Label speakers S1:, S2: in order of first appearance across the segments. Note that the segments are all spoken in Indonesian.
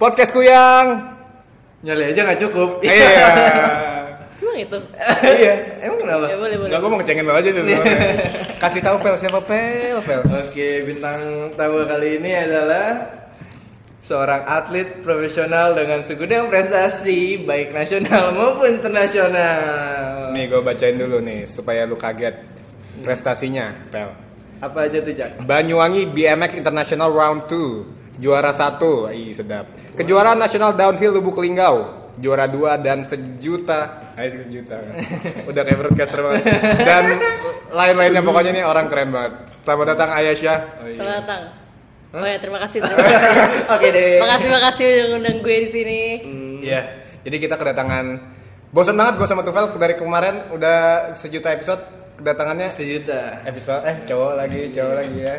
S1: Podcast kuyang.
S2: Nyali aja nggak cukup.
S1: Iya.
S3: Emang itu?
S1: Iya.
S2: Emang kenapa?
S3: Ya boleh boleh.
S1: Enggak gua mau ngecengin lo aja sih. sebenarnya. Kasih tahu Pel siapa Pel, Pel.
S2: Oke, bintang tamu kali ini adalah seorang atlet profesional dengan segudang prestasi baik nasional maupun internasional.
S1: Nih gua bacain dulu nih supaya lu kaget prestasinya, Pel.
S2: Apa aja tuh, Jak?
S1: Banyuwangi BMX International Round 2 Juara 1, ih sedap Kejuaraan Nasional Downhill Lubuk Linggau Juara 2 dan sejuta Ayo sejuta Udah kayak broadcaster banget Dan lain-lainnya pokoknya nih orang keren banget Selamat datang Ayasha
S3: Selamat datang. Oh ya, terima kasih, terima kasih.
S2: Oke deh.
S3: makasih, makasih udah ngundang gue di sini.
S2: Hmm.
S1: Iya Jadi kita kedatangan Bosan banget gue sama Tufel dari kemarin udah sejuta episode Kedatangannya
S2: Sejuta.
S1: episode eh cowok lagi cowok lagi ya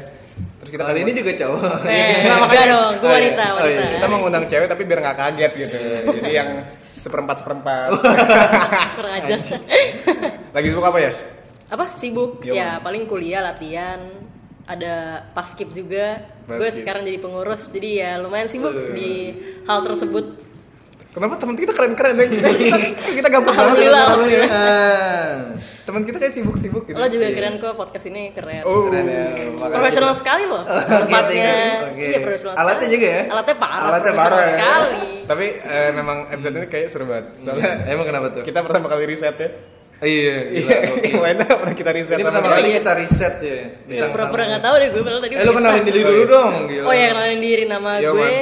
S1: Terus kita
S2: Kita Iya. kali ini juga cowok. Iya.
S3: Eh,
S1: Nggak,
S3: enggak dong, gue
S1: Oh, iya.
S3: wanita,
S2: Oh,
S3: wanita.
S2: iya.
S1: kita mau ngundang cewek tapi biar nggak kaget gitu jadi yang seperempat seperempat
S3: Ah, Kurang ajar.
S1: lagi sibuk apa ya
S3: Apa sibuk?
S2: Iya,
S1: Yo.
S3: Ya, paling kuliah, latihan, ada paskib juga. Gue
S1: Paskib.
S3: sekarang jadi pengurus, jadi ya lumayan sibuk
S2: Eh.
S3: di hal tersebut.
S1: kenapa teman kita keren keren ya kita kita gampang banget
S3: Alhamdulillah.
S2: Ah.
S1: teman kita kayak sibuk sibuk gitu
S3: Lo juga
S2: Iya.
S3: keren kok, podcast ini keren.
S1: oh
S2: Oh, Keren ya.
S3: Profesional sekali loh. Tempatnya.
S2: thank you. Oke.
S3: Iya, profesional.
S2: Alatnya
S3: sekali.
S2: juga ya?
S3: Alatnya parah.
S2: Alatnya
S3: profesional
S2: parah ya.
S3: sekali.
S1: tapi eh, memang episode ini kayak seru banget soalnya
S2: Iya. Emang kenapa tuh?
S1: kita pertama kali riset ya
S2: Iya, gila.
S1: yang
S2: gokil.
S1: lainnya nggak pernah kita riset
S2: Ini
S1: sama
S2: pertama
S3: Oh,
S1: sekali.
S2: kali
S3: iya.
S2: kita riset ya.
S3: Gak pura-pura gak tau deh gue padahal tadi
S2: Eh, lu
S3: udah
S2: kenalin
S3: start.
S2: diri dulu dong. gitu. gila.
S3: Oh ya kenalin diri nama
S1: Yo,
S3: gue
S1: man.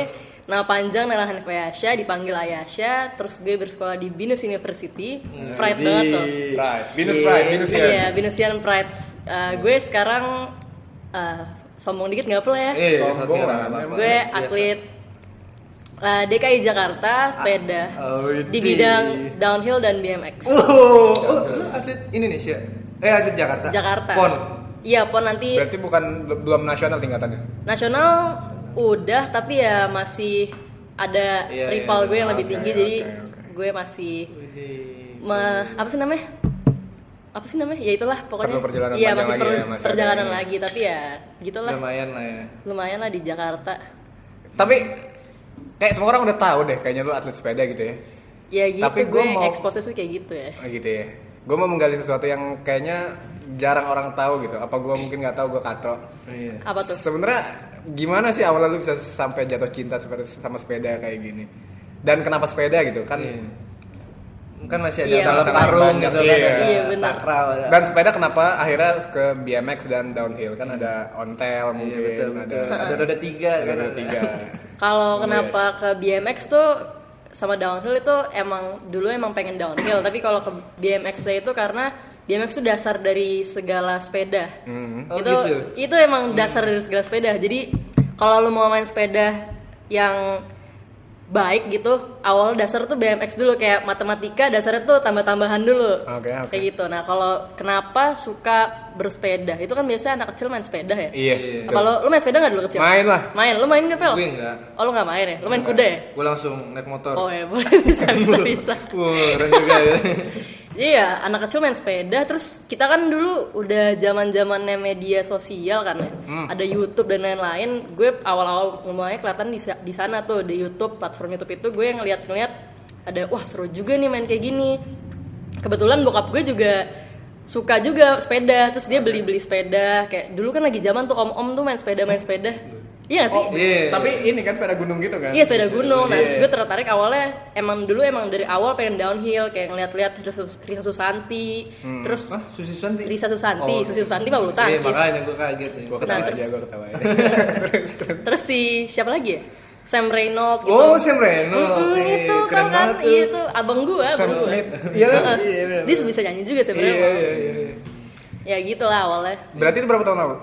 S3: Nama panjang Nela Hanif Ayasha Dipanggil Ayasha Terus gue bersekolah di Binus University Pride
S2: Jadi-
S3: banget tuh
S1: Pride. Venus Pride,
S2: Iya.
S1: Venus. ya. Binusian.
S3: Iya Binusian Pride Eh, Gue sekarang eh, Sombong dikit gak apa ya
S2: Iya,
S1: Sombong,
S2: sombong lah,
S1: emang.
S2: apa-apa.
S3: Gue
S2: Biasa.
S3: atlet eh, DKI Jakarta Sepeda
S2: Ah, oh,
S3: Di
S2: di.
S3: bidang downhill dan BMX
S2: Oh, oh, lu atlet Indonesia. Eh, atlet Jakarta.
S3: Jakarta
S2: Pon.
S3: Iya pon nanti
S1: berarti bukan belum nasional tingkatannya
S3: Nasional udah tapi ya masih ada
S2: Iya, iya.
S3: rival gue yang lebih
S1: Oke,
S3: tinggi
S1: oke,
S3: jadi
S1: oke.
S3: gue masih me- apa sih namanya? Apa sih namanya? Ya itulah pokoknya.
S1: Perlu perjalanan
S3: Iya,
S1: panjang
S3: masih
S1: lagi
S3: perlu
S1: ya, Iya, masih ada
S3: perjalanan
S1: ini.
S3: lagi tapi ya gitulah.
S2: Lumayan lah ya.
S3: Lumayan lah di Jakarta.
S1: tapi kayak semua orang udah tahu deh kayaknya lu atlet sepeda gitu ya
S3: Ya gitu
S1: Tapi gue
S3: gue
S1: mau-
S3: expose tuh kayak gitu ya.
S1: Oh, gitu ya. Gue mau menggali sesuatu yang kayaknya jarang orang tahu gitu. Apa gue mungkin nggak tahu gue katro.
S2: Iya.
S3: Apa tuh?
S1: Sebenarnya gimana sih awalnya lu bisa sampai jatuh cinta seperti- sama sepeda kayak gini? Dan kenapa sepeda gitu kan?
S2: Iya. Kan masih ada
S3: ya? Iya,
S2: salah
S1: masih
S2: tarung
S1: banyak.
S2: gitu
S1: Iya,
S2: kan. ada
S3: iya, benar.
S2: Takraw ada.
S1: Dan sepeda kenapa akhirnya ke BMX dan downhill kan ada ontel
S2: iya,
S1: mungkin
S2: betul,
S1: ada
S2: betul. Ada roda tiga
S1: ada
S2: kan.
S1: roda tiga. Oh,
S3: Kalau kenapa ke BMX tuh sama downhill itu emang dulu emang pengen downhill tapi kalau ke BMX saya itu karena BMX itu dasar dari segala sepeda.
S1: Hmm.
S2: Oh,
S3: itu
S2: gitu.
S3: itu emang dasar dari segala sepeda. Jadi kalau lu mau main sepeda yang baik gitu, awal dasar tuh BMX dulu kayak matematika dasarnya tuh tambah-tambahan dulu.
S1: Oke, Ah, oke.
S3: Kayak gitu. Nah, kalau kenapa suka bersepeda? Itu kan biasanya anak kecil main sepeda ya.
S1: Iya.
S2: Iya.
S1: betul.
S3: Apa lu, lu main sepeda nggak dulu kecil?
S1: Main lah.
S3: Main. Lu main nggak, Pel?
S2: Gue enggak.
S3: Oh, lu nggak main ya? Lu main kuda ya?
S2: Gue langsung naik motor.
S3: Oh ya, boleh bisa bisa bisa.
S2: Wah, keren juga ya.
S3: Iya, anak kecil main sepeda. Terus kita kan dulu udah zaman zamannya media sosial kan ya, ada YouTube dan lain-lain. Gue awal-awal mulai kelihatan di, sa- di sana tuh di YouTube platform YouTube itu gue ngeliat-ngeliat ada wah seru juga nih main kayak gini. Kebetulan bokap gue juga suka juga sepeda, terus dia beli-beli sepeda. Kayak dulu kan lagi zaman tuh om-om tuh main sepeda main sepeda.
S1: Oh,
S3: Iya nggak sih?
S2: Iya.
S1: Tapi ini kan sepeda gunung gitu kan?
S3: Iya sepeda gunung. Nah,
S2: Iya.
S3: terus gue tertarik awalnya emang dulu emang dari awal pengen downhill kayak ngeliat-liat Risa, Sus- Risa Susanti, terus
S2: Hah, Susi Santi.
S3: Risa Susanti,
S2: Hmm, Oh.
S3: Susi Susanti mah bulu
S2: Iya,
S3: tangkis.
S2: makanya gue kaget ya.
S1: Gue ketawa
S3: Nah,
S1: aja,
S3: terus-
S1: gue ketawa aja.
S3: terus si siapa lagi ya? Sam Reynolds gitu.
S2: Oh, Sam Reynolds.
S3: Mm-mm,
S2: Eh,
S3: itu
S2: keren
S3: tau kan?
S2: banget tuh.
S3: Iya itu abang gue, abang
S1: Sam
S3: gue.
S1: Smith. Iya kan?
S2: Iya, bener.
S3: Dia bisa nyanyi juga Sam
S2: Iya,
S3: Reynolds.
S2: iya, iya.
S3: Ya gitu lah awalnya.
S1: Berarti itu berapa tahun lalu?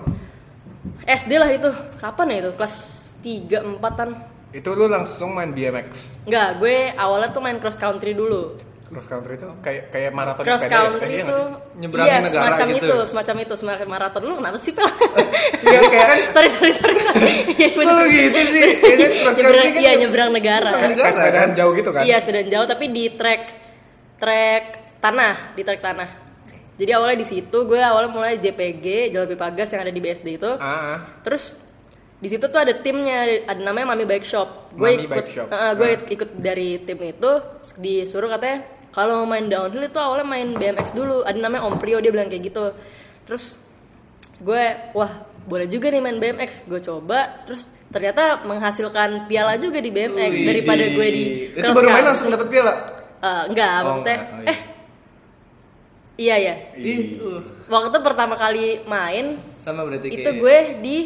S3: SD lah itu. Kapan ya itu? Kelas 3 4-an.
S1: Itu lu langsung main BMX?
S3: Enggak, gue awalnya tuh main cross country dulu.
S1: cross country itu kayak kayak maraton
S3: cross
S1: sepeda ya? Eh,
S3: country
S1: iya
S3: itu
S1: nggak
S2: Nyeberangin
S3: iya
S2: negara
S3: semacam
S2: gitu.
S3: itu semacam itu semacam maraton lu kenapa sih pel
S1: sih? iya kayak kan
S3: sorry sorry sorry iya
S2: Kok lu gitu sih? Ini cross
S3: nyebrang
S2: country kan
S3: iya
S2: nyeb-
S3: nyebrang negara
S2: Nyebrang negara.
S1: kayak sepedaan jauh gitu kan
S3: iya sepedaan jauh tapi di trek trek tanah di trek tanah jadi awalnya di situ gue awalnya mulai JPG Jalan Pipagas yang ada di BSD itu
S1: Ah, ah.
S3: terus di situ tuh ada timnya ada namanya Mami Bike Shop
S2: Mami
S3: gue ikut
S2: Bike Shop.
S3: eh, gue
S2: Ah.
S3: ikut- ikut dari tim itu disuruh katanya kalau mau main downhill itu awalnya main BMX dulu ada namanya Om Prio dia bilang kayak gitu terus gue wah boleh juga nih main BMX gue coba terus ternyata menghasilkan piala juga di BMX daripada gue di
S2: Itu baru main
S3: country.
S2: langsung dapat piala.
S3: Eh, enggak
S2: Oh,
S3: maksudnya
S2: enggak. Oh, iya.
S3: eh iya ya
S2: Ih, uh,
S3: waktu itu pertama kali main
S2: sama berarti
S3: itu
S2: kayak-
S3: gue di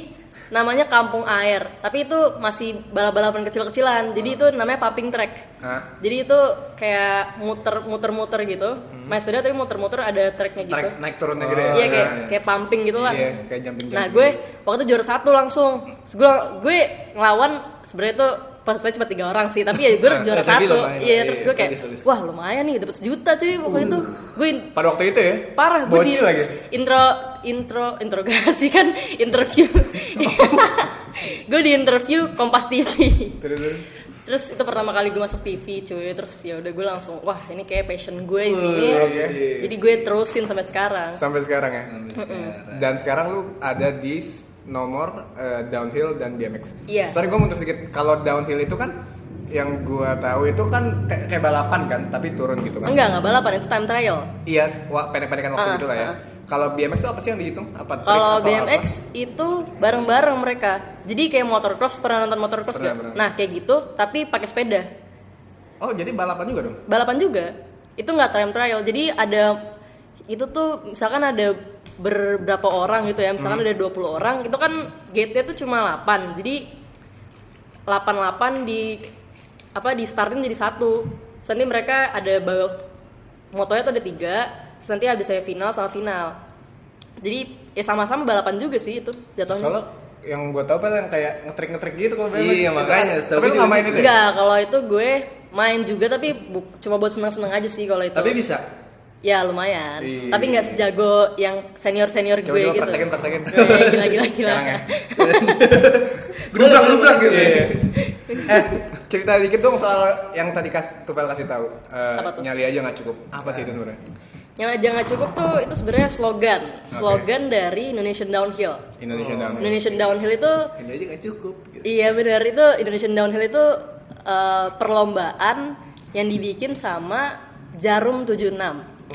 S3: namanya Kampung Air tapi itu masih balap-balapan kecil-kecilan jadi itu namanya pumping track
S1: Ah,
S2: Hah?
S3: jadi itu kayak muter muter muter gitu main sepeda tapi muter muter ada tracknya gitu
S1: Trek- naik turunnya
S2: Oh,
S1: gitu ya.
S3: iya kayak
S2: iya.
S3: kayak pumping gitu lah
S1: Iya, kayak jumping
S3: nah gue waktu itu juara satu langsung Terus gue gue ngelawan sebenarnya itu pesertanya cuma tiga orang sih tapi ya gue
S2: Nah,
S3: juara
S2: tapi
S3: satu
S2: lumayan.
S3: iya terus
S2: Iya,
S3: gue kayak
S2: bagus, bagus.
S3: wah lumayan nih dapat sejuta cuy waktu itu gue in-
S1: Pada waktu itu ya.
S3: parah gue di
S1: Bocil lagi.
S3: intro intro interogasi kan interview gue di interview Kompas TV
S1: Terus terus.
S3: terus itu pertama kali gue masuk TV cuy terus ya udah gue langsung wah ini kayak passion gue di sini
S2: Wih,
S3: Iya, jadi gue terusin sampai sekarang
S1: sampai sekarang ya.
S2: Sampai
S1: Dan sekarang lu ada di s- nomor eh, downhill dan BMX.
S3: Iya.
S1: Sorry gue mundur sedikit. Kalau downhill itu kan yang gua tahu itu kan kayak, kayak balapan kan, tapi turun gitu kan.
S3: enggak enggak balapan itu time trial
S1: Iya, wah pendek-pendekan waktu
S3: Ah,
S1: gitu lah ya.
S3: ah.
S1: Kalau BMX itu apa sih yang dihitung? Apa trik
S3: kalau
S1: atau apa?
S3: BMX itu bareng-bareng mereka jadi kayak motocross pernah nonton motocross
S1: Pernah,
S3: nggak?
S1: pernah.
S3: nah kayak gitu tapi pakai sepeda
S1: Oh, jadi balapan juga dong.
S3: balapan juga itu nggak time trial jadi ada itu tuh misalkan ada beberapa orang gitu ya misalkan ada 20 orang itu kan gate-nya tuh cuma 8 jadi 88 di apa di starting jadi satu terus nanti mereka ada bawa motonya tuh ada tiga terus nanti habis saya final sama final jadi ya sama-sama balapan juga sih itu jatuhnya
S1: Soalnya yang gue tau Pel, yang kayak ngetrik-ngetrik gitu kalau BMX.
S2: Iya,
S1: Itu
S2: makanya,
S1: kan.
S2: setahu
S1: Tapi lu nggak
S2: gue juga gitu
S1: main itu ya?
S3: enggak kalau itu gue main juga tapi bu- cuma buat seneng-seneng aja sih kalau itu
S2: Tapi bisa.
S3: Ya lumayan,
S1: Iya.
S3: tapi nggak sejago yang senior senior
S1: Coba coba
S3: gue gitu.
S1: praktekin praktekin.
S3: Eh, gila gila gila.
S1: Sekarang ya.
S2: Gelubrak gelubrak gitu.
S1: Iya. eh, cerita dikit dong soal yang tadi kas Tupel kasih tahu. Eh,
S3: Apa tuh?
S1: nyali aja nggak cukup. Apa sih itu sebenarnya?
S3: Yang aja nggak cukup tuh itu sebenarnya slogan, slogan dari Indonesian Downhill.
S1: Indonesian
S2: Oh.
S1: Downhill.
S3: Indonesian Downhill itu,
S2: Ini aja nggak cukup. Gitu.
S3: iya benar itu Indonesian Downhill itu eh, perlombaan yang dibikin sama Jarum 76.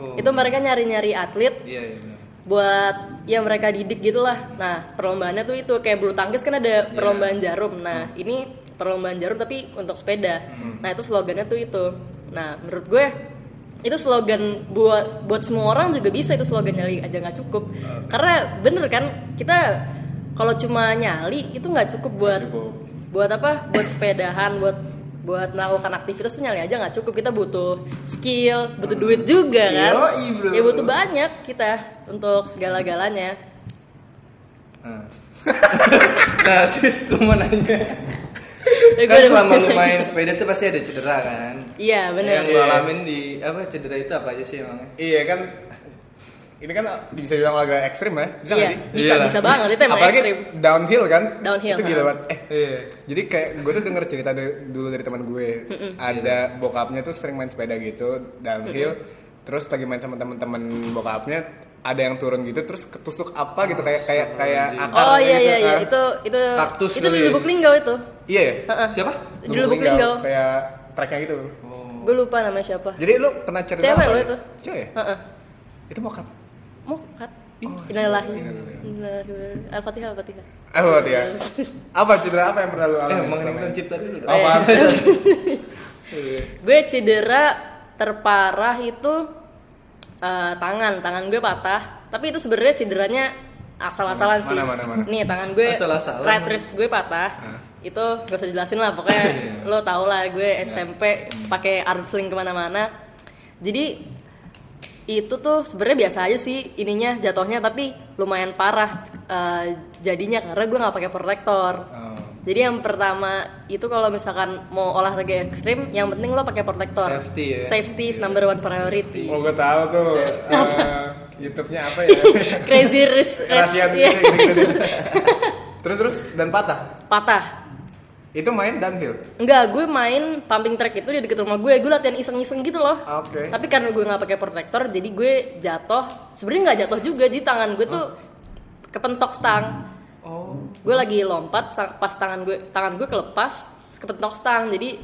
S2: Oh.
S3: Itu mereka nyari-nyari atlet
S2: Iya iya. benar.
S3: buat ya mereka didik gitulah. Nah, perlombaannya tuh itu kayak bulu tangkis kan ada perlombaan jarum. Nah, ini perlombaan jarum tapi untuk sepeda. Nah, itu slogannya tuh itu. Nah, menurut gue itu slogan buat buat semua orang juga bisa itu slogan nyali aja nggak cukup. Karena bener kan kita kalau cuma nyali itu nggak cukup buat
S1: Cukup.
S3: buat apa? Buat sepedahan, buat buat melakukan aktivitas tuh nyali aja nggak cukup kita butuh skill, butuh duit juga kan.
S2: Yoi, bro.
S3: Ya butuh banyak kita untuk segala-galanya.
S2: Nah. nah terus gue mau nanya.
S3: Eh,
S2: kan
S3: gua ada
S2: selama lu
S3: pertanyaan.
S2: main sepeda tuh pasti ada cedera kan.
S3: Iya benar.
S2: Yang lu
S1: Iya.
S2: alamin di apa cedera itu apa aja sih emangnya?
S1: Iya kan. Ini kan bisa dibilang agak ekstrim ya? Bisa nggak
S3: Iya,
S1: sih?
S3: bisa
S2: Iyalah.
S3: bisa banget itu emang
S1: Apalagi
S3: ekstrim.
S1: downhill kan?
S3: Downhill,
S1: Itu gila
S3: ha.
S1: banget. Eh,
S2: Iya.
S1: Jadi kayak gue tuh denger cerita du- dulu dari teman gue, ada bokapnya tuh sering main sepeda gitu downhill, terus lagi main sama temen-temen bokapnya ada yang turun gitu terus ketusuk apa gitu kayak kayak kayak akar
S3: Oh iya
S1: gitu,
S3: iya iya
S1: ah.
S3: itu itu
S2: Kaktus
S3: itu di
S2: kali ya.
S3: Lubuk Linggau itu.
S1: Iya ya?
S3: Heeh.
S2: Siapa? Eh,
S3: Di Lubuk Linggau.
S1: kayak treknya gitu.
S3: Gue lupa nama siapa.
S1: Jadi lu pernah cerita
S3: Cewek
S1: apa
S3: lo
S1: ya?
S3: itu.
S1: Cewek. ya?
S3: Heeh.
S1: Itu bokap.
S3: Mukat. Innalillahi.
S1: Innalillahi.
S3: Innalillahi. Al-Fatihah Al-Fatihah.
S1: Apa tuh ya? Apa cedera apa yang pernah lu
S2: Eh,
S1: alami?
S2: mengenai
S1: selama ini? Iya.
S2: pencipta dulu. dong.
S3: Eh.
S1: Apaan sih?
S3: gue cedera terparah itu eh, tangan tangan gue patah tapi itu sebenarnya cederanya asal-asalan
S1: Mana,
S3: sih
S1: mana, mana?
S3: nih tangan gue
S2: Asal-asalan.
S3: right wrist gue patah itu gak usah jelasin lah pokoknya
S1: Iya,
S3: lo tau lah gue SMP
S1: Hmm.
S3: pakai arm sling kemana-mana jadi itu tuh sebenarnya biasa aja sih ininya jatuhnya tapi lumayan parah eh, jadinya karena gue nggak pakai protektor
S1: Oh.
S3: jadi yang pertama itu kalau misalkan mau olahraga ekstrim, yang penting lo pakai protektor.
S2: Safety ya.
S3: Safety is number one priority.
S1: Oh gue tahu tuh. eh, YouTube-nya apa ya?
S3: Crazy rich, rich
S1: Kerasian
S3: iya.
S1: gitu, gitu, gitu. Terus terus dan patah.
S3: patah.
S1: Itu main downhill.
S3: Enggak, gue main pumping track itu di deket rumah gue. Gue latihan iseng-iseng gitu loh.
S1: Oke.
S3: Tapi karena gue nggak pakai protektor, jadi gue jatuh. Sebenarnya nggak jatuh juga, jadi tangan gue tuh kepentok stang.
S2: Oh.
S3: gue lagi lompat sang- pas tangan gue tangan gue kelepas terus kepentok stang jadi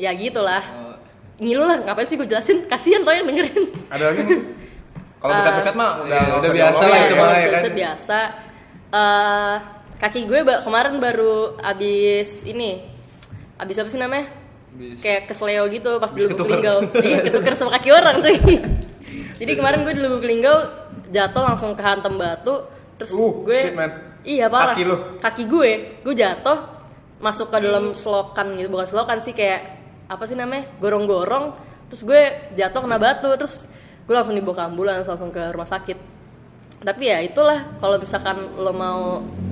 S3: ya gitulah
S2: Oh,
S3: ngilu lah ngapain sih gue jelasin kasihan toh yang dengerin
S1: Ada lagi nih? Kalau
S3: Eh,
S1: pusat-pusat mah udah
S2: iya,
S1: nggak
S2: udah
S1: usah
S2: biasa lah
S1: diomongin ya.
S2: itu mah. ya
S3: Set-
S2: kan?
S3: set biasa Eh, kaki gue ba- kemarin baru abis ini abis apa sih namanya
S2: Abis-
S3: kayak kesleo gitu pas di
S2: Abis
S3: Lubuk
S2: ketuker.
S3: Linggau iya ketuker sama kaki orang tuh jadi kemarin gue di Lubuk Linggau jatuh langsung kehantam batu terus
S1: Uh,
S3: gue
S1: shit, man.
S3: iya parah
S1: Kaki lu.
S3: kaki gue gue jatuh masuk ke dalam selokan gitu bukan selokan sih kayak apa sih namanya gorong-gorong terus gue jatuh kena batu terus gue langsung dibawa ke ambulans langsung ke rumah sakit tapi ya itulah kalau misalkan lo mau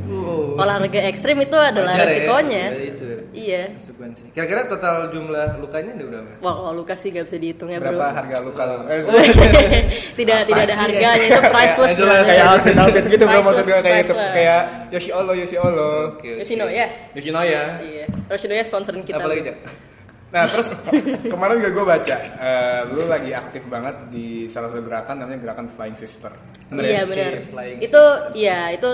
S2: Wow.
S3: olahraga ekstrim itu adalah
S2: Wajar ya,
S3: resikonya
S2: ya, itu
S3: iya
S2: konsekuensi. Kira-kira total jumlah lukanya ada berapa?
S3: wah kalau luka sih gak bisa dihitung ya
S1: Berapa
S3: bro
S1: harga lu kalau eh,
S3: tidak tidak ada
S2: sih?
S3: harganya itu priceless
S2: Jelas,
S3: namanya.
S1: kayak outfit outfit gitu bro maksud gue
S3: Priceless,
S1: kayak itu
S3: priceless.
S1: kayak Yoshi Olo Yoshi Olo.
S3: Yoshinoya ya.
S1: Yoshinoya.
S3: iya Yoshinoya sponsorin kita
S2: Apalagi Cak?
S1: ya. Nah terus kemarin juga gue baca eh, lu lagi aktif banget di salah satu gerakan namanya gerakan Flying Sister. Bener ya?
S3: iya
S2: Oke,
S3: benar
S2: flying
S3: itu iya itu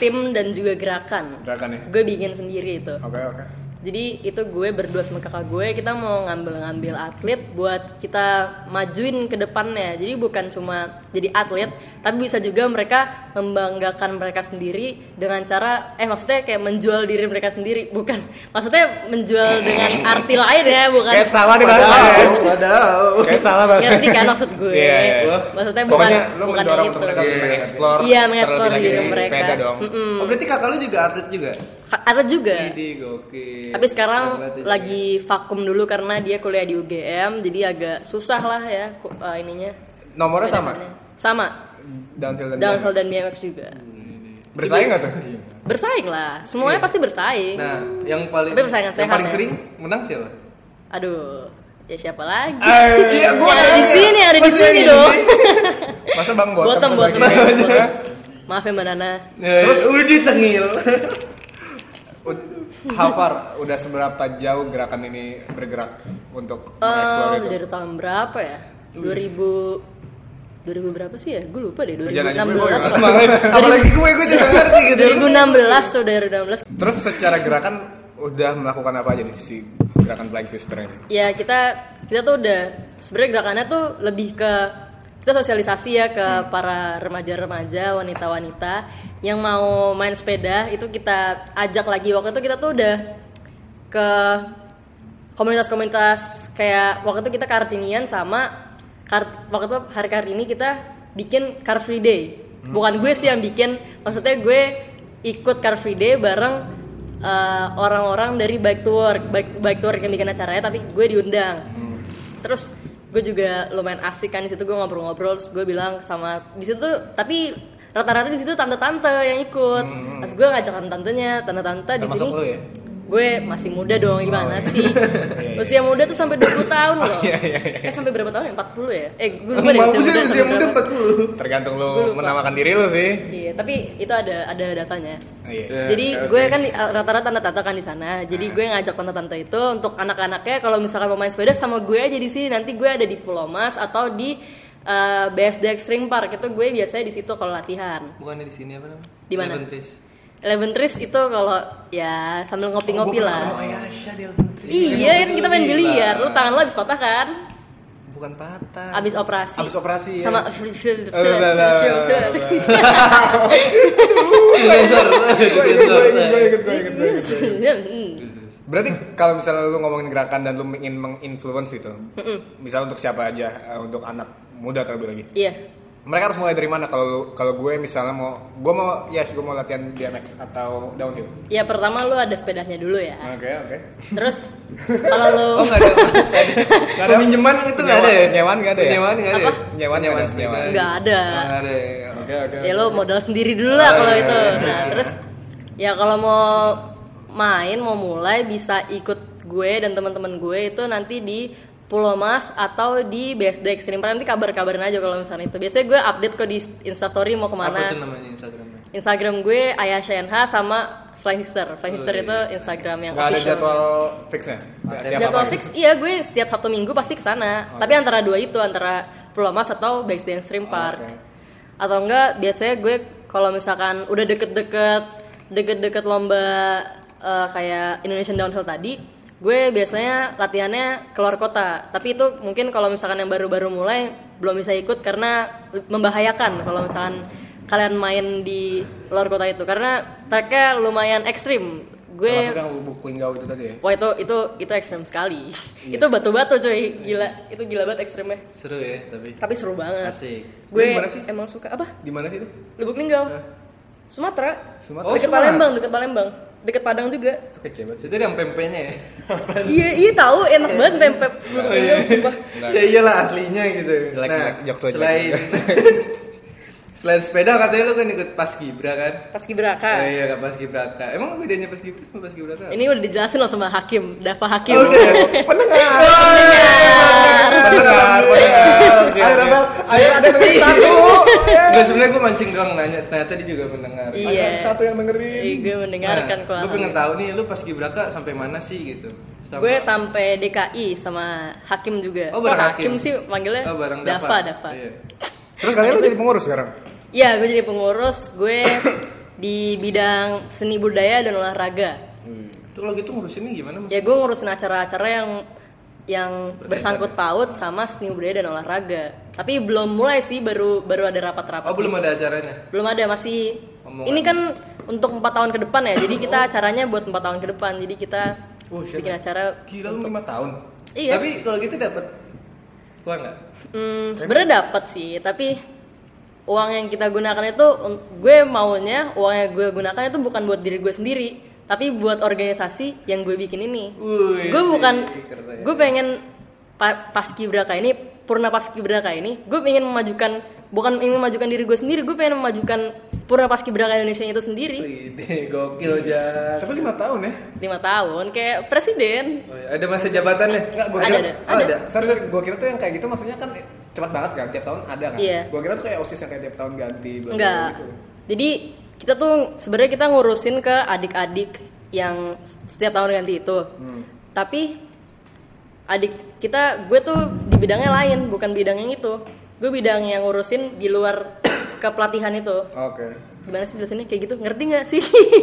S3: tim dan juga gerakan
S1: Gerakannya.
S3: gue bikin sendiri itu
S1: Oke oke.
S3: jadi itu gue berdua sama kakak gue kita mau ngambil-ngambil atlet buat kita majuin ke depannya jadi bukan cuma jadi atlet tapi bisa juga mereka membanggakan mereka sendiri dengan cara eh maksudnya kayak menjual diri mereka sendiri bukan maksudnya menjual dengan arti lain ya bukan
S1: Kayak salah nih bahasa.
S2: Wadaw, wadaw.
S1: Kayak salah bahasa.
S3: ya. ngerti kan maksud gue
S1: Iya, iya.
S3: maksudnya bukan
S1: Pokoknya lu
S3: bukan
S1: mendorong
S3: itu
S1: untuk mereka
S2: Iya, iya.
S1: mengeksplor
S3: Iya, mengeksplor
S1: terlebih lagi
S3: diri mereka.
S1: sepeda dong.
S3: Mm-mm.
S2: Oh, berarti kakak lu juga atlet juga?
S3: ada juga
S2: Idi, gokil.
S3: Iya. Tapi sekarang
S2: Atlet juga.
S3: lagi vakum dulu karena dia kuliah di UGM, jadi agak susah lah ya ku- eh, ininya.
S1: Nomornya sama.
S3: Sama,
S1: Downhill dan
S3: Iya, downhill
S1: BMX.
S3: dan Iya. BMX juga.
S1: Bersaing nggak tuh?
S3: Bersaing lah, semuanya
S1: Iya.
S3: pasti bersaing.
S2: Nah, yang paling
S3: Tapi persaingan
S2: yang
S3: sehat,
S2: paling
S3: ya.
S2: sering menang siapa?
S3: Aduh, ya siapa lagi?
S1: Eh,
S2: Iya, gua
S3: Yang ada di
S2: nanya.
S3: sini, ada di
S2: Masa
S3: sini
S2: ini?
S3: dong.
S1: Masa bang botem?
S3: Botem, botem,
S1: sebagai-
S3: botem. botem. Maaf ya Mbak Nana.
S1: Nah,
S2: Terus Udi tengil.
S1: Ud- How far? Udah seberapa jauh gerakan ini bergerak untuk mengeksplor
S3: Em,
S1: itu?
S3: Eh, dari tahun berapa ya? 2000 2000 berapa sih ya? Gue lupa deh.
S1: Jangan aja gue,
S3: 2016.
S1: gue.
S3: lah.
S2: Apalagi gue, gue juga ngerti gitu.
S3: 2016 tuh dari 2016
S1: Terus secara gerakan udah melakukan apa aja nih si gerakan flying sister ini?
S3: ya kita kita tuh udah sebenarnya gerakannya tuh lebih ke kita sosialisasi ya ke para remaja-remaja wanita-wanita yang mau main sepeda itu kita ajak lagi waktu itu kita tuh udah ke komunitas-komunitas kayak waktu itu kita kartinian sama Kar- waktu itu hari kartini kita bikin car free day bukan gue sih yang bikin maksudnya gue ikut car free day bareng eh, orang-orang dari bike to work bike, bike to work yang bikin acaranya tapi gue diundang terus gue juga lumayan asik kan di situ gue ngobrol-ngobrol terus gue bilang sama di situ tuh- tapi rata-rata di situ tante-tante yang ikut terus gue ngajak tante-tantenya tante-tante di
S1: Hmm, Termasuk
S3: sini
S1: lu ya? Hmm, oh, iya.
S3: gue masih muda dong gimana sih usia muda tuh sampai 20 tahun loh
S1: iya.
S3: eh sampai berapa tahun ya 40 ya eh gue lupa deh
S2: Mau sih
S3: sampai
S2: usia muda
S3: berapa.
S2: 40.
S1: Tergantung
S3: Gua
S1: lu
S3: lupa.
S1: menamakan diri lu sih.
S3: iya tapi itu ada ada datanya
S1: Oh, Iya.
S2: Eh,
S3: jadi
S2: oke,
S3: gue
S2: oke.
S3: kan di- rata-rata tante-tante kan di sana jadi gue ngajak tante-tante itu untuk anak-anaknya kalau misalkan mau main sepeda sama gue aja di sini nanti gue ada di Pulau Mas atau di eh, BSD Extreme Park itu gue biasanya di situ kalau latihan
S2: Bukannya di sini apa namanya?
S3: Di mana?
S2: Eleven Trees.
S3: Eleven Trees itu kalau ya sambil ngopi-ngopi lah
S2: Oh, Ayasha di Eleven Trees.
S3: Iya kan kita main
S2: Gila.
S3: biliar, lu tangan lu habis patah kan?
S2: Bukan patah.
S3: Abis operasi.
S1: Abis operasi,
S2: ya.
S1: yes.
S3: Sama
S2: influencer.
S1: Gua ikut, gua ikut, gua ikut, gua ikut, gua ikut.
S3: Hmm.
S1: Berarti kalau misalnya lu ngomongin gerakan dan lu ingin menginfluence itu, misalnya untuk siapa aja, eh, untuk anak muda terlebih lagi.
S3: Iya.
S1: Mereka harus mulai dari mana kalau lu- kalau gue misalnya mau gue mau yes gue mau latihan BMX atau downhill.
S3: Ya pertama lu ada sepedanya dulu ya.
S1: Oke oke.
S3: Terus kalau
S2: Oh
S3: lu
S2: nggak ada.
S1: Nggak ada.
S2: Peminjaman itu nggak ada. ya?
S1: Penyewaan nggak ada ya?
S2: Penyewaan nggak ada. ya?
S3: Apa?
S1: Nyewan nyewan
S2: Penyewaan sepeda.
S1: nyewan.
S3: nggak ada.
S2: Nggak ada. ya?
S1: Oke oke.
S3: Ya lu modal sendiri dulu lah
S2: Oh,
S3: kalau
S2: iya,
S3: itu.
S2: iya, iya.
S3: Nah, terus ya kalau mau main mau mulai bisa ikut gue dan teman-teman gue itu nanti di Pulau Mas atau di BSD Extreme Park nanti kabar-kabarin aja kalau misalnya itu. Biasanya gue update kok di Instastory
S2: Apa
S3: mau
S2: tuh
S3: kemana.
S2: namanya Instagramnya?
S3: Instagram gue Ayah Shenha sama Flying Sister. Flying Sister
S2: Oh, iya.
S3: itu Instagram yang
S1: Nggak ada
S3: official.
S1: jadwal fixnya.
S2: Nggak ada.
S1: Tiap
S3: Jadwal
S1: apa? Oh, iya.
S3: fix iya gue setiap Sabtu Minggu pasti ke sana. Tapi antara dua itu antara Pulau Mas atau BSD Extreme Park.
S1: oke.
S3: Atau enggak biasanya gue kalau misalkan udah deket-deket deket-deket lomba eh, kayak Indonesian downhill tadi, gue biasanya latihannya keluar kota. Tapi itu mungkin kalau misalkan yang baru-baru mulai belum bisa ikut karena membahayakan kalau misalkan kalian main di luar kota itu karena tracknya lumayan ekstrim. Gue
S1: Termasuk yang lubuk linggau itu tadi ya.
S3: Wah itu itu itu ekstrem sekali.
S2: Iya.
S3: itu batu-batu coy, gila. Itu gila banget ekstremnya.
S2: Seru ya tapi.
S3: Tapi seru banget.
S2: Asik.
S3: Gue
S1: Lu di mana sih?
S3: emang suka apa?
S1: Di mana sih itu?
S3: Lubuk Linggau. Sumatera.
S1: Sumatera.
S3: Deket
S2: Sumatera.
S3: Palembang, deket Palembang. Deket Padang juga.
S1: Itu kece banget sih.
S2: Itu ada yang pempeknya ya.
S3: iya, iya tahu enak banget pempek
S2: Oh,
S3: Lubuk
S2: iya.
S3: Linggau sumpah.
S1: Nah.
S2: ya iyalah aslinya gitu.
S1: Jelek, jelek, jokes lo jelek.
S2: selain selain sepeda katanya lu kan ikut paskibra kan?
S3: Pas kibraka.
S2: Oh iya ke paskibraka. Emang bedanya paskibra sama paskibraka?
S3: Ini udah dijelasin loh sama Hakim, Dafa Hakim. Iya.
S2: Oh, udah.
S1: Pendengar.
S2: Pendengar, pendengar.
S3: iya.
S2: Oke,
S1: Ayo
S2: oke.
S1: Abel, ayo ada yang satu. Oh, iya.
S2: Enggak sebenarnya gue mancing doang nanya, ternyata dia juga mendengar.
S3: Iya.
S1: Ada satu yang
S3: Iya,
S1: dengerin.
S3: gue mendengarkan kok.
S2: Gue Nah, pengen tahu nih, lu pas Gibraka sampai mana sih gitu? Sama-
S3: Gue sampai DKI sama Hakim juga.
S2: Oh, bareng
S3: Kok
S2: Hakim.
S3: sih manggilnya
S2: oh, bareng
S3: Dafa, Dafa.
S2: Iya.
S1: Terus kalian tuh jadi pengurus sekarang?
S3: Iya, gue jadi pengurus. Gue di bidang seni budaya dan olahraga.
S2: Tuh kalau gitu ngurusinnya gimana? Mas?
S3: Ya gue ngurusin acara-acara yang yang bersangkut paut sama seni budaya dan olahraga. Tapi belum mulai sih, baru baru ada rapat-rapat.
S2: Oh, belum ada acaranya.
S3: Belum ada masih.
S2: Omongan. Oh.
S3: Ini kan untuk empat tahun ke depan ya. Jadi kita acaranya buat empat tahun ke depan. Jadi kita
S1: Oh, shit.
S3: bikin acara.
S1: Gila lu 5 tahun.
S3: Iya.
S2: Tapi kalau gitu dapat keluar nggak?
S3: Hmm, sebenarnya dapat sih, tapi uang yang kita gunakan itu un- gue maunya uang yang gue gunakan itu bukan buat diri gue sendiri, tapi buat organisasi yang gue bikin ini.
S2: Wih,
S3: gue bukan
S2: keren. ya.
S3: gue pengen pa, paskibraka ini purna paskibraka ini gue pengen memajukan bukan ingin memajukan diri gue sendiri, gue pengen memajukan purna paskibraka Indonesia itu sendiri.
S2: Ide gokil aja.
S1: Tapi 5 tahun ya.
S3: lima tahun kayak presiden.
S2: Oh, iya. Ada masa jabatannya?
S1: Enggak, gua
S3: Ada,
S1: kira.
S3: ada,
S2: Oh,
S3: ada.
S2: ada.
S1: Sorry, sorry, gua kira tuh yang kayak gitu maksudnya kan cepat banget kan tiap tahun ada kan.
S3: Iya.
S1: Gua kira tuh kayak OSIS yang kayak tiap tahun ganti bla bla
S3: Enggak.
S1: gitu.
S3: Jadi kita tuh sebenarnya kita ngurusin ke adik-adik yang setiap tahun ganti itu.
S2: Hmm.
S3: Tapi adik kita gue tuh di bidangnya lain, bukan bidang yang itu. Gue bidang yang ngurusin di luar kepelatihan itu.
S1: Oke.
S3: Gimana sih jelasinnya kayak gitu? Ngerti nggak sih?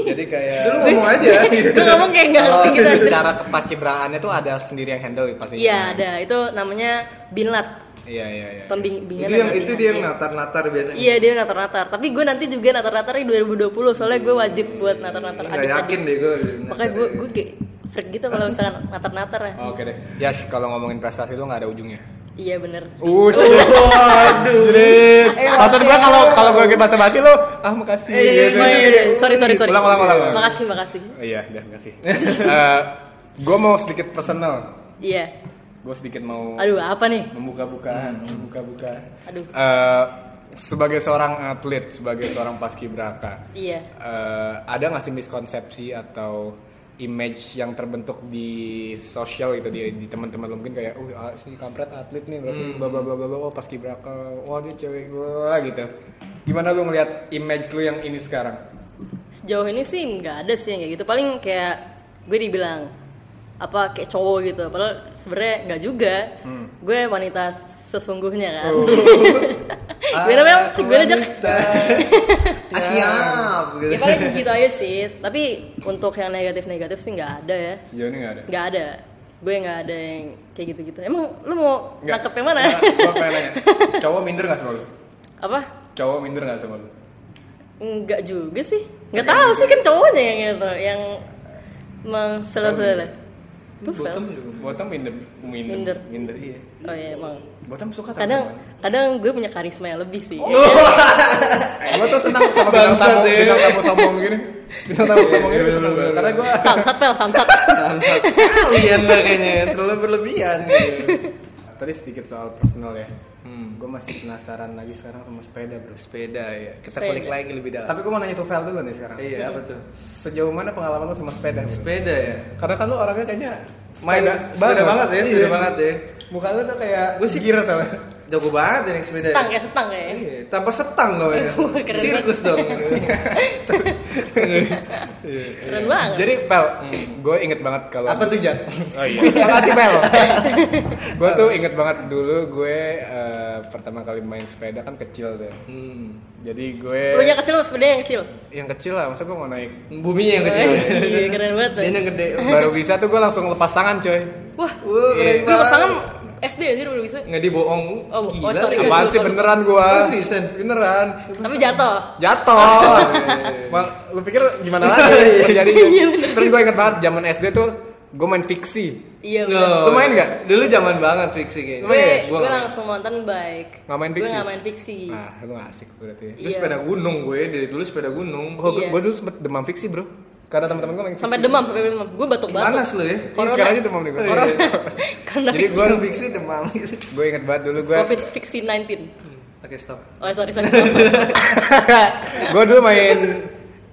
S1: Jadi kayak
S2: Dulu ngomong aja.
S3: gue ngomong kayak
S1: Oh,
S3: nggak ngerti gitu aja.
S1: cara kepaskibraannya tuh ada sendiri yang handle pasti.
S3: Iya ada, itu namanya binlat.
S1: Iya iya iya.
S3: Pembimbingan
S2: itu yang
S3: dan
S2: itu dia yang
S3: bimbingan.
S2: natar-natar biasanya.
S3: Iya dia natar-natar. Tapi gue nanti juga natar-natar di 2020 soalnya gue wajib buat natar-natar
S2: Nggak
S3: adik-adik.
S2: yakin deh gue.
S3: Makanya gue gue kayak freak gitu kalau misalkan natar-natar ya.
S1: Oke deh. Yash, kalau ngomongin prestasi lu nggak ada ujungnya.
S3: Iya bener.
S1: Uh, waduh. Maksud gua kalau kalau gua lagi bahasa basi lu, ah makasih.
S2: Eh,
S1: Gitu.
S3: Oh, iya, iya, iya. Sorry sorry sorry.
S1: Ulang, ulang, ulang, ulang.
S3: Makasih makasih.
S1: Oh, Iya, udah makasih. Eh, gua mau sedikit personal.
S3: Iya.
S1: Gua sedikit mau
S3: Aduh apa nih?
S1: membuka-bukaan, membuka-bukaan.
S3: Aduh.
S1: Eh, sebagai seorang atlet, sebagai seorang paskibraka,
S3: Iya.
S1: eh, ada nggak sih miskonsepsi atau image yang terbentuk di sosial gitu di, di teman-teman lo mungkin kayak uh ah, si kampret atlet nih berarti
S2: Hmm.
S1: bla bla bla oh, bla bla, wah paskibraka wah dia cewek gua gitu gimana lu ngelihat image lu yang ini sekarang
S3: Sejauh ini sih nggak ada sih yang kayak gitu. Paling kayak gue dibilang apa kayak cowok gitu. Padahal sebenarnya nggak juga. Gue wanita sesungguhnya kan. Gimana Mel? Gue aja.
S2: Asyap Ah, gitu.
S3: Ya paling begitu aja sih. Tapi untuk yang negatif-negatif sih nggak ada ya.
S1: sejauh ini nggak ada
S3: Nggak ada. Gue nggak ada yang kayak gitu-gitu. Emang lu mau
S1: Nggak.
S3: nangkep yang mana?
S1: Nggak, gua pengen nanya cowok minder nggak sama lu
S3: Apa?
S1: cowok minder nggak sama lu
S3: Nggak juga sih. Nggak tahu sih kan cowoknya yang itu yang mengselebel. Tuh
S2: Bottom
S3: Fel.
S2: juga.
S1: botam minder minder
S3: Minder.
S1: minder iya
S3: Oh iya emang.
S1: botam suka tapi
S3: Kadang kadang gue punya karisma yang lebih
S2: Oh.
S3: sih. Iya.
S1: gue Eh, tuh senang sama bintang
S2: Bangsat,
S1: tamu
S2: ya.
S1: bintang tamu sombong gini bintang tamu sombong gini senang
S2: Iya, iya,
S1: karena gue
S3: Samsat Pel, samsat.
S2: Samsat sekalian lah kayaknya terlalu berlebihan gitu.
S1: tadi sedikit soal personal ya gue masih penasaran lagi sekarang sama sepeda bro
S2: Sepeda ya. Kita
S3: Sepeda.
S2: kulik lagi lebih dalam.
S1: tapi gue mau nanya tuh Vel dulu nih sekarang
S2: Iya apa tuh?
S1: sejauh mana pengalaman lu sama sepeda bro?
S2: Sepeda ya.
S1: karena kan lu orangnya kayaknya
S2: main
S1: Sepeda-
S2: sepeda
S1: banget.
S2: banget ya, sepeda
S1: Iya.
S2: banget ya.
S1: Muka lu tuh kayak
S2: Gua sih-
S1: gear soalnya.
S2: Jago banget ya naik sepeda.
S3: Setang kayak setang kayak.
S2: Iya, Tanpa setang loh ya.
S3: Keren
S2: Sirkus dong.
S3: Keren banget.
S1: Jadi Pel, gue inget banget kalau
S2: Apa tuh Jack?
S1: Oh iya. Makasih Pel. gue tuh inget banget dulu gue eh, pertama kali main sepeda kan kecil deh.
S2: Hmm.
S1: Jadi gue
S3: Lu nya kecil lu sepeda yang kecil.
S1: yang kecil lah, masa gue mau naik
S2: Buminya yang kecil.
S3: Iya, keren banget.
S2: Dia yang gede.
S1: baru bisa tuh gue langsung lepas tangan coy.
S3: Wah,
S2: Wah, keren
S3: gue
S2: banget.
S3: Iya. pasangan SD anjir belum bisa.
S2: Nggak dibohong.
S3: Oh, oh,
S2: Gila,
S3: sorry,
S2: lu.
S3: sorry.
S1: Apaan sih beneran gue?
S2: Oh, seriusan?
S1: Beneran.
S3: Tapi jatuh.
S1: Jatuh. Bang, lu pikir gimana lagi terjadinya?
S3: Iya, bener.
S1: Terus gue inget banget zaman SD tuh gue main fiksi.
S3: Iya,
S2: No.
S3: bener.
S1: Lu main nggak?
S2: Dulu zaman banget fiksi kayaknya.
S1: Lu main nggak?
S3: Gue
S2: Gua
S3: gue
S2: nggak.
S3: langsung nonton baik.
S1: Nggak main
S3: Gue
S1: fiksi?
S3: nggak main fiksi.
S1: Nah, lu gak asik berarti.
S2: Dulu sepeda gunung gue, dari dulu sepeda gunung.
S1: Oh,
S3: Iya.
S1: gue dulu sempet demam fiksi bro Karena teman-teman gue main fiksi.
S3: Sampai demam, sampai demam. Gue batuk-batuk.
S2: Panas lu ya.
S1: Ih, sekarang aja demam nih
S3: Iya.
S1: gue
S2: Corona.
S3: Karena
S1: Jadi
S3: fiksi.
S1: gua-
S2: Gue fiksi demam.
S1: Gue inget banget dulu gue
S3: Covid fiksi 19.
S2: Oke, stop.
S3: Oh, sorry, sorry.
S1: Gue dulu main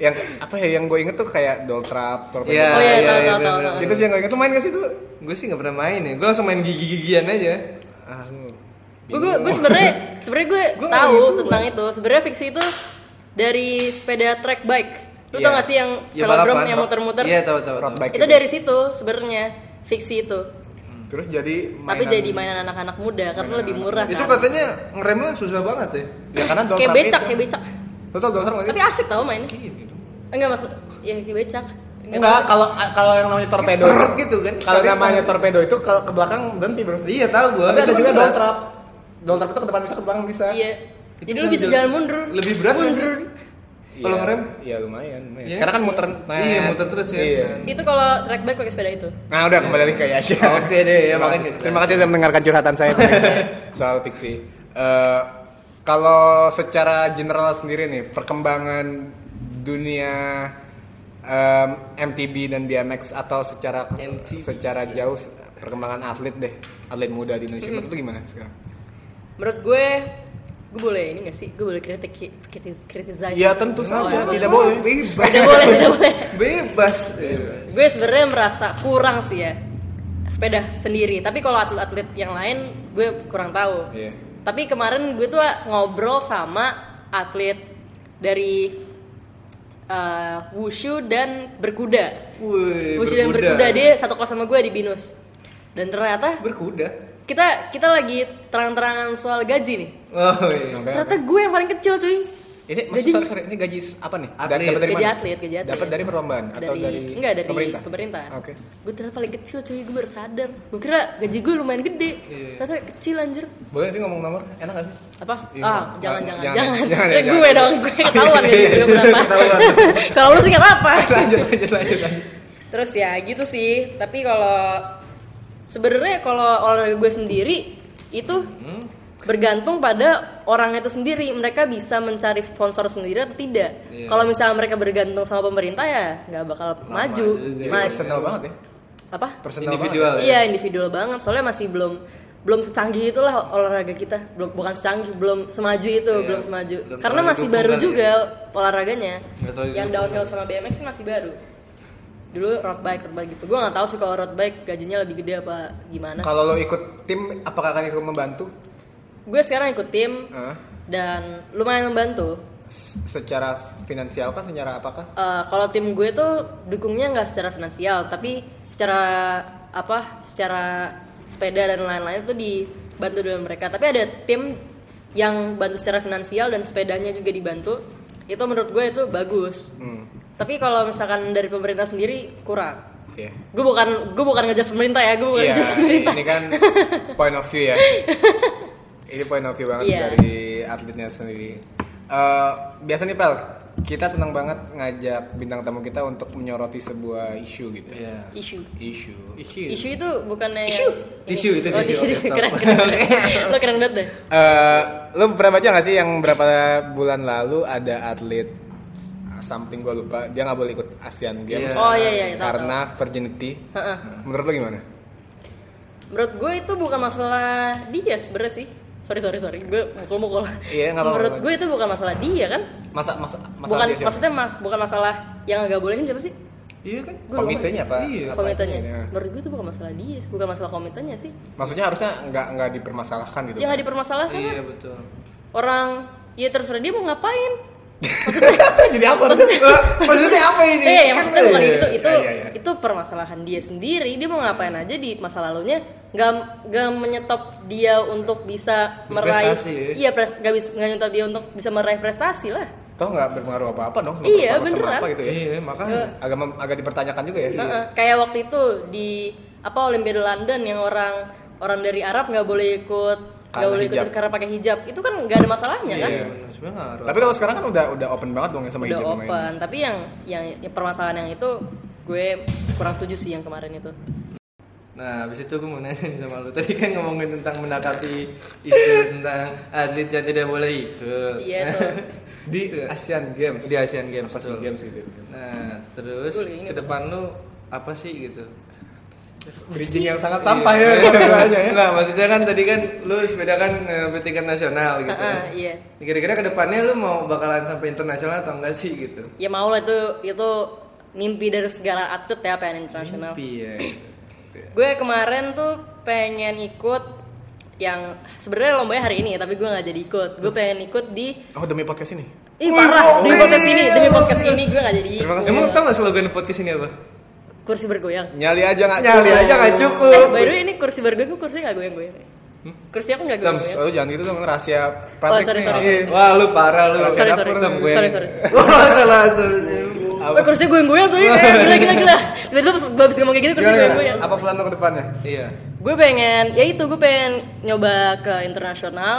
S1: yang apa ya yang gue inget tuh kayak doll trap, torpedo.
S2: Iya, iya,
S3: Oh, iya, tahu,
S2: iya,
S3: tahu,
S2: bener-bener.
S3: tahu,
S1: Itu sih yang gue inget tuh main gak sih tuh?
S2: Gue sih nggak pernah main ya. Gue langsung main gigi-gigian aja. Ah, lu.
S3: gue gue gue sebenarnya sebenarnya gue
S2: Gua
S3: tahu
S2: nggak gitu.
S3: tentang itu sebenarnya fiksi itu dari sepeda track bike lu
S1: Iya.
S3: tau gak sih yang
S2: Ya,
S3: velodrome
S2: balapan.
S3: yang muter-muter
S2: Iya, tahu tahu.
S1: Road
S2: tahu.
S1: bike.
S3: itu dari situ sebenarnya fiksi itu Hmm.
S1: Terus jadi
S3: tapi jadi mainan anak-anak muda karena lebih murah
S2: Itu
S3: kan
S2: katanya ngeremnya susah banget ya.
S1: Ya karena doll
S3: kayak
S1: trap
S3: becak
S1: itu.
S3: kayak becak
S1: Lu tau doll trap gak
S3: tapi
S2: Iya.
S1: sih?
S3: asik tau mainnya
S2: gitu.
S3: enggak maksud ya kayak becak
S1: Enggak, kalau kalau yang namanya torpedo.
S2: Perut gitu kan.
S1: Kalau
S2: Tapi
S1: namanya
S2: tahu.
S1: torpedo itu ke, ke belakang berhenti bro.
S2: Iya, tahu gue.
S1: Tapi ada juga doll trap. Doll trap itu ke depan bisa ke belakang bisa.
S3: iya
S2: Itu
S3: jadi lu bisa
S2: mundur.
S3: jalan mundur
S2: Lebih berat nggak sih?
S3: mundur
S2: Kalau
S1: Iya,
S2: ngerem?
S1: Iya lumayan. lumayan.
S2: Iya.
S1: Karena kan muter.
S2: Iya, muter terus ya.
S1: Iya.
S3: itu kalau track bike pakai sepeda itu
S1: Nah udah kembali lagi ke Yasha.
S2: Oke deh, ya,
S1: terima,
S2: makanya
S1: kasih,
S2: gitu.
S1: terima kasih sudah mendengarkan curhatan saya soal fiksi. Eh, kalau secara general sendiri nih perkembangan dunia eh, em, MTB dan BMX atau secara
S2: MTB.
S1: secara jauh perkembangan atlet deh atlet muda di Indonesia menurut lu gimana sekarang?
S3: menurut gue gue boleh ini gak sih gue boleh kritik kritis kritisasi
S1: Iya tentu
S3: Oh,
S1: saja
S3: iya.
S1: tidak boleh.
S2: Bebas.
S3: tidak boleh Iya. tidak boleh
S2: Bebas. Bebas.
S3: gue sebenarnya merasa kurang sih ya sepeda sendiri tapi kalau atlet-atlet yang lain gue kurang tahu
S1: Iya.
S3: tapi kemarin gue tuh ngobrol sama atlet dari eh, wushu dan berkuda
S2: Wih,
S3: wushu dan berkuda dia satu kelas sama gue di binus dan ternyata
S2: Berkuda.
S3: kita kita lagi terang-terangan soal gaji nih
S2: Oh iya.
S1: Oke,
S3: ternyata
S1: oke.
S3: gue yang paling kecil cuy
S1: Ini maksud
S3: Gajinya-
S1: sorry, sorry, ini gaji s- apa nih?
S2: Atlet.
S1: Dapat dari
S3: gaji
S1: mana?
S3: atlet gaji atlet
S1: Dapat dari perlombaan atau dari,
S3: enggak dari pemerintah,
S1: Oke.
S3: gue ternyata paling kecil cuy gue baru sadar gue kira gaji gue lumayan gede ternyata kecil anjir
S1: Boleh sih ngomong nomor? Enak gak sih?
S3: apa
S1: Iya,
S3: ah
S1: jangan,
S3: jangan jangan
S1: jangan,
S3: jangan,
S1: jangan,
S3: Eh,
S1: jangan.
S3: gue dong gue ketahuan gaji gue berapa
S2: Ketahuan.
S3: kalau lu sih nggak apa
S1: lanjut lanjut lanjut lanjut.
S3: terus ya gitu sih tapi kalau sebenarnya kalau olahraga gue sendiri itu bergantung pada orang itu sendiri mereka bisa mencari sponsor sendiri atau tidak
S2: Iya.
S3: kalau misalnya mereka bergantung sama pemerintah ya nggak bakal maju
S2: juga.
S3: Ma-
S1: Personal banget ya.
S3: apa
S1: Personal
S2: Individual. ya?
S1: banget.
S3: Iya individual banget soalnya masih belum belum secanggih itulah olahraga kita belum bukan secanggih belum semaju itu
S2: Iya,
S3: belum semaju
S2: belum
S3: karena
S2: terlalu
S3: masih baru
S2: dukungan ya. Iya.
S3: juga olahraganya
S2: Nggak terlalu
S3: yang downhill sama BMX sih masih baru dulu road bike road bike gitu gue nggak tahu sih kalau road bike gajinya lebih gede apa gimana
S1: Kalau lo ikut tim, apakah akan ikut membantu?
S3: gue sekarang ikut tim
S1: Eh,
S3: dan lumayan membantu
S1: se- secara finansial kan secara apakah?
S3: Eh, kalau tim gue tuh dukungnya nggak secara finansial tapi secara apa secara sepeda dan lain-lain tuh dibantu dengan mereka tapi ada tim yang bantu secara finansial dan sepedanya juga dibantu itu menurut gue itu bagus
S1: Hmm.
S3: tapi kalau misalkan dari pemerintah sendiri kurang
S1: Iya.
S3: gue bukan gue bukan ngejudge pemerintah ya gue bukan
S1: Iya,
S3: ngejudge pemerintah
S1: ini kan point of view ya. Ini point of view banget
S3: Iya.
S1: dari atletnya sendiri. Eh, biasa nih Pel, kita senang banget ngajak bintang tamu kita untuk menyoroti sebuah isu gitu.
S2: Iya.
S3: isu
S1: Isu.
S2: Isu.
S3: isu itu bukannya
S2: Isu.
S3: ini.
S2: Isu itu
S3: oh,
S2: tisu.
S3: isu,
S2: Oke,
S3: isu.
S2: stop.
S3: keren keren, keren. lo keren banget deh
S1: Eh, lo pernah baca gak sih yang berapa bulan lalu ada atlet something gue lupa dia nggak boleh ikut Asian Games
S2: Iya. Oh,
S3: iya, iya, tahu,
S1: karena virginity
S3: Heeh.
S1: menurut lo gimana?
S3: Menurut gue itu bukan masalah dia sebenarnya sih. Sorry sorry sorry, gue mukul-mukul.
S1: Iya, nggak apa-apa.
S3: Menurut gue itu bukan masalah dia kan?
S1: Masa masa masa
S3: bukan
S1: dia siapa?
S3: maksudnya mas, bukan masalah yang nggak bolehin siapa sih?
S2: Iya kan?
S3: Gua lupa.
S1: Komitenya apa?
S2: Iya.
S1: Apa?
S3: komitenya
S1: ini, ya.
S3: menurut gue itu bukan masalah dia sih, bukan masalah komitenya sih
S1: Maksudnya harusnya nggak nggak dipermasalahkan gitu.
S3: yang nggak dipermasalahkan
S2: Iya
S3: lah.
S2: betul.
S3: orang ya terserah dia mau ngapain
S1: Jadi apa?
S3: Maksudnya-
S2: Eh, maksudnya apa ini?
S3: eh ya, maksudnya bukan
S2: Iya.
S3: gitu itu
S1: Iya, iya, iya.
S3: itu permasalahan dia sendiri dia mau ngapain aja di masa lalunya nggak nggak menyetop dia untuk bisa meraih
S2: Berprestasi, ya.
S3: iya pres nggak bisa nggak nyetop dia untuk bisa meraih prestasi lah
S1: Toh nggak berpengaruh apa-apa dong. sama- sama-
S3: Iya,
S1: sama
S3: beneran.
S1: Apa gitu ya?
S2: Iya, makanya.
S1: Agak mem- agak dipertanyakan juga ya.
S3: Heeh, kayak waktu itu di apa Olimpiade London yang orang orang dari Arab nggak boleh ikut nggak
S1: Karena
S3: boleh ikut
S1: hijab.
S3: karena pakai hijab itu kan nggak ada masalahnya kan
S1: Iya.
S2: bener. Sebenarnya ngaruh.
S1: Tapi kalau sekarang kan udah udah open banget dong ya sama
S3: udah
S1: hijab sama ini.
S3: open tapi yang, yang yang permasalahan yang itu gue kurang setuju sih yang kemarin itu
S2: Nah, habis itu gue mau nanya nih sama lu. Tadi kan ngomongin tentang menangkapi isu tentang atlet yang tidak boleh ikut.
S3: iya itu
S1: Di Asian Games.
S2: Di Asian Games.
S1: Asian
S2: betul.
S1: Games gitu.
S2: Nah, terus
S3: Betul, ini
S2: ke depan lu apa sih gitu?
S1: Bridging yang sangat sampah ya.
S2: Iya.
S1: Kayaknya ya.
S2: Nah, maksudnya kan tadi kan lu sepeda kan eh, bertingkat nasional gitu.
S1: kan?
S3: Heeh, iya
S2: Kira-kira ke depannya lu mau bakalan sampai internasional atau enggak sih gitu?
S3: ya mau lah itu itu mimpi dari segala atlet ya pengen internasional
S2: Mimpi ya.
S3: gue kemarin tuh pengen ikut yang sebenarnya lombanya hari ini tapi gue nggak jadi ikut gue pengen ikut di
S1: Oh demi podcast ini.
S3: Ih
S2: Wih, gokil.
S3: parah, demi podcast ini, demi podcast ini gue gak jadi
S1: Terima kasih.
S2: Emang tau gak slogan podcast ini apa?
S3: kursi bergoyang
S1: Nyali aja nggak?
S2: Nyali aja nggak cukup.
S3: Eh, by the way ini kursi bergoyang, gue kursi gak goyang-goyang ya?
S2: Hmm?
S3: Kursi aku gak
S1: Tams,
S3: goyang-goyang
S1: lu jangan gitu dong rahasia
S3: Oh, sorry, sorry,
S1: Iya.
S3: sorry.
S2: Wah lu parah lu.
S3: Sorry,
S2: Dapur
S3: sorry.
S2: dong gue.
S3: Sorry, sorry, sorry.
S2: Wah salah sorry.
S3: Wah kursi goyang-goyang soalnya, eh, gila gila gila Tiba-tiba pas gue abis ngomong kayak gitu kursi
S1: Gimana, gimana?
S3: goyang-goyang
S1: Apa plan lo ke depannya?
S2: Iya.
S3: Gue pengen, ya itu gue pengen nyoba ke internasional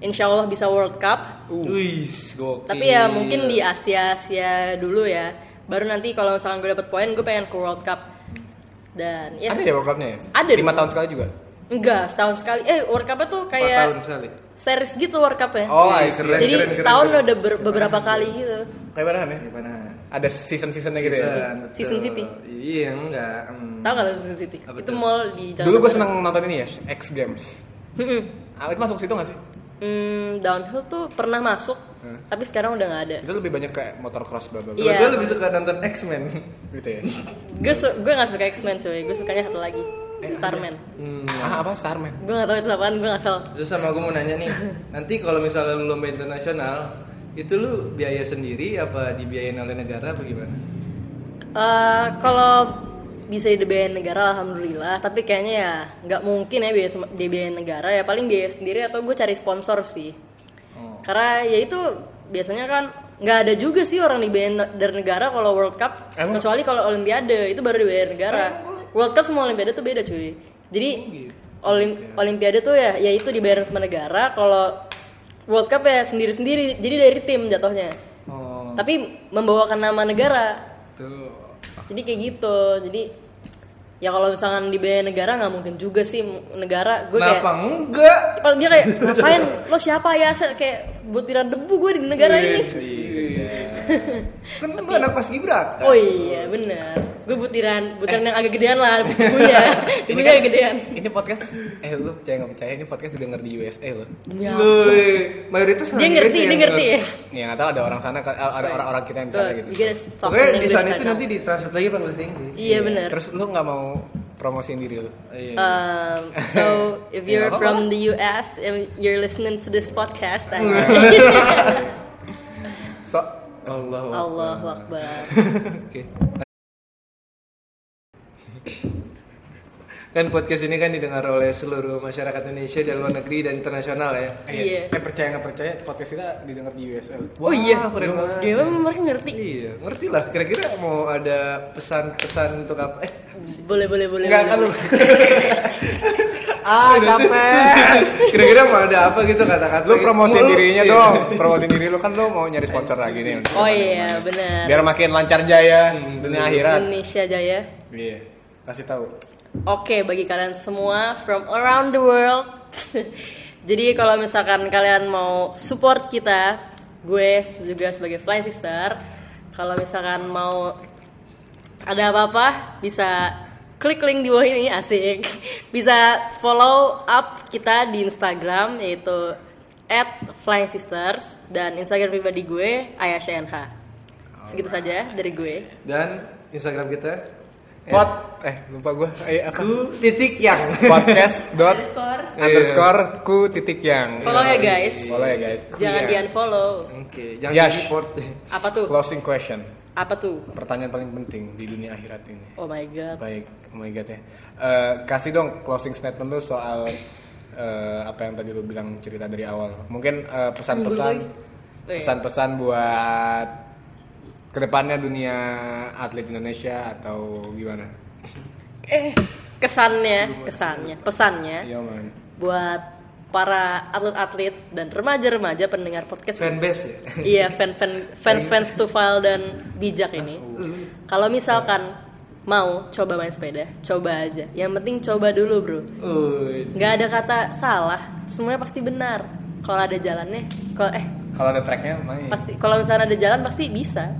S3: Insya Allah bisa World Cup
S1: Uh,
S2: Wih, gokil.
S3: Uh. Tapi ya mungkin di Asia-Asia dulu ya Baru nanti kalau misalkan gue dapet poin, gue pengen ke World Cup Dan ya,
S1: Ada ya World Cup-nya ya?
S3: Ada.
S1: 5 tahun sekali juga?
S3: enggak setahun sekali Eh World Cup-nya tuh
S2: Empat tahun
S3: kayak
S2: sekali.
S3: series gitu World Cup-nya
S1: Oh,
S2: Iya,
S1: I see.
S2: keren,
S3: Jadi
S2: keren, keren,
S3: setahun
S2: keren.
S3: udah ber- beberapa kali gitu.
S1: Kayak panahan ya?
S2: Gimana?
S1: Ada season-seasonnya gitu ya?
S2: Season, betul.
S3: Season City.
S2: Iya, enggak. Hmm.
S3: Tahu nggak Season City?
S2: Apa
S3: Itu
S2: tuh?
S3: mall di Jalan.
S1: Dulu gue
S3: Jakarta.
S1: seneng nonton ini ya, X Games
S3: Mm-mm.
S1: Ah, itu masuk situ gak sih?
S3: Hmm, downhill tuh pernah masuk, tapi sekarang udah nggak ada.
S1: Itu lebih banyak kayak motor cross bla bla bla.
S3: Iya.
S2: Kalau gue lebih suka nonton X-Men.
S1: gitu ya.
S3: Gue su- gue nggak suka X-Men cuy, gue sukanya satu lagi,
S2: Eh,
S3: Starman.
S2: Hmm.
S1: Ah, apa Starman?
S3: Gue nggak tahu itu apaan, gue nggak salah.
S2: Terus sama gue mau nanya nih, nanti kalau misalnya lu lomba internasional, itu lu biaya sendiri apa dibiayain oleh negara apa gimana?
S3: Eh, kalau bisa dibiayain negara alhamdulillah tapi kayaknya ya nggak mungkin ya biaya sem- dibiayain negara ya paling biaya sendiri atau gue cari sponsor sih karena ya itu biasanya kan nggak ada juga sih orang dibiayain ne- dari negara kalau World Cup
S1: Emang?
S3: kecuali kalau Olimpiade itu baru dibayar negara World Cup sama Olimpiade tuh beda cuy jadi Olim- Olimpiade tuh ya ya itu dibayar sama negara kalau World Cup ya sendiri sendiri jadi dari tim jatuhnya
S2: Oh,
S3: tapi membawakan nama negara
S2: tuh.
S3: jadi kayak gitu jadi ya kalau misalkan dibayar negara nggak mungkin juga sih negara gue kayak
S2: Kenapa enggak?
S3: kalau dia kayak ngapain lo siapa ya Saya kayak butiran debu gue di
S2: Iya,
S3: negara ini
S2: Kan lu anak pas Gibraltar.
S3: oh iya bener gue butiran
S2: Eh.
S3: butiran yang agak gedean lah debunya
S2: kan
S3: debunya agak gedean
S1: Ini podcast, eh lu percaya gak percaya, ini podcast didengar di USA loh
S3: Ya.
S2: Woi, mayoritas
S3: dia
S2: orang
S3: ngerti
S2: Indonesia
S3: dia
S2: yang
S3: ngerti ya
S1: Nih nggak tahu ada orang sana, eh, ada orang-orang kita yang di sana
S3: Tuh,
S1: gitu
S3: you gotta talk
S2: Pokoknya di
S3: in English
S2: sana
S3: right
S2: itu
S3: now.
S2: nanti ditranslate lagi pakai bahasa Inggris.
S3: iya bener
S1: Terus lu nggak mau promosiin diri lu?
S2: Iya.
S3: Um, so if you're
S1: apa-apa.
S3: from the US and you're listening to this podcast, I
S2: Iya.
S1: So,
S2: Allah.
S3: Allahu Akbar.
S2: Oke. Kan podcast ini kan didengar oleh seluruh masyarakat Indonesia dan luar negeri dan internasional ya.
S1: eh,
S3: Iya.
S1: eh, percaya nggak percaya, podcast kita didengar di USA loh.
S3: Oh iya.
S2: keren banget.
S3: Dia memang mereka ngerti.
S2: Iya, ngerti lah. Kira-kira mau ada pesan-pesan untuk apa? Eh,
S3: Boleh boleh boleh.
S1: Enggak
S3: boleh,
S1: kan lu
S3: boleh.
S1: Ah, capek
S2: kira-kira mau ada apa gitu kata-kata?
S1: Lu promosiin
S2: Mau lu-
S1: dirinya
S2: iya.
S1: dong Promosiin diri lu kan lu mau nyari sponsor lagi nih untuk-
S3: Oh iya benar.
S1: Biar makin lancar jaya dunia akhirat
S3: Indonesia Jaya.
S1: Hmm, Iya, kasih tahu.
S3: Oke bagi kalian semua from around the world. Jadi kalau misalkan kalian mau support kita, gue juga sebagai Flying Sister. Kalau misalkan mau ada apa-apa bisa klik link di bawah ini asik. Bisa follow up kita di Instagram yaitu @flyingsisters dan Instagram pribadi gue Ayasha NH. Segitu saja dari gue.
S2: Dan Instagram kita.
S1: Pot eh lupa gua. Eh, apa?
S2: Ku titik yang.
S1: Podcast dot
S4: underscore
S1: underscore ku titik yang.
S3: Follow ya, guys.
S1: Follow ya guys.
S3: Jangan
S2: Iya.
S3: di unfollow.
S2: Oke, jangan
S1: Yash.
S2: di report.
S3: Apa tuh?
S1: Closing question.
S3: Apa tuh?
S1: Pertanyaan paling penting di dunia akhirat ini.
S3: Oh my god.
S1: Baik, oh my god ya. Eh, kasih dong closing statement lu soal eh, apa yang tadi lu bilang cerita dari awal. Mungkin eh, pesan-pesan
S3: Eh.
S1: pesan-pesan buat kedepannya dunia atlet Indonesia atau gimana?
S3: Kesannya, kesannya, pesannya
S1: Iya man.
S3: buat para atlet-atlet dan remaja-remaja pendengar podcast ini.
S2: Fanbase ya.
S3: iya fan fan fans fans Tufal dan Bijak ini
S2: Ah, oh.
S3: kalau misalkan mau coba main sepeda coba aja yang penting coba dulu bro
S2: Uy.
S3: nggak ada kata salah semuanya pasti benar kalau ada jalannya kalau eh
S1: Kalau ada tracknya main.
S3: pasti kalau misalnya ada jalan pasti bisa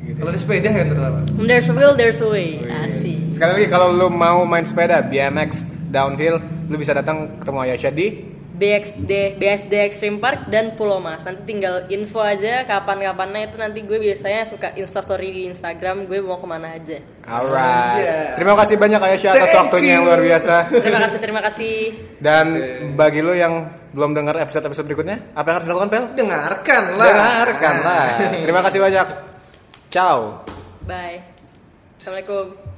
S1: Gitu.
S2: Kalau di sepeda kan terutama.
S3: there's a will there's a way
S1: Wih.
S3: asik
S1: Sekali lagi kalau lu mau main sepeda BMX downhill, lu bisa datang ketemu Ayasha di
S3: BXD BSD Extreme Park dan Pulau Mas nanti tinggal info aja kapan-kapannya itu nanti gue biasanya suka instastory di Instagram gue mau kemana aja
S1: Alright.
S2: Iya.
S1: Terima kasih banyak Ayasha atas
S2: Thank
S1: waktunya yang
S2: you.
S1: luar biasa.
S3: terima kasih terima kasih
S1: Dan bagi lo yang belum dengar episode-episode berikutnya, apa yang harus dilakukan, Pel?
S2: Dengarkan lah. Nah.
S1: Dengarkanlah. Terima kasih banyak. Ciao.
S3: Bye. Assalamualaikum.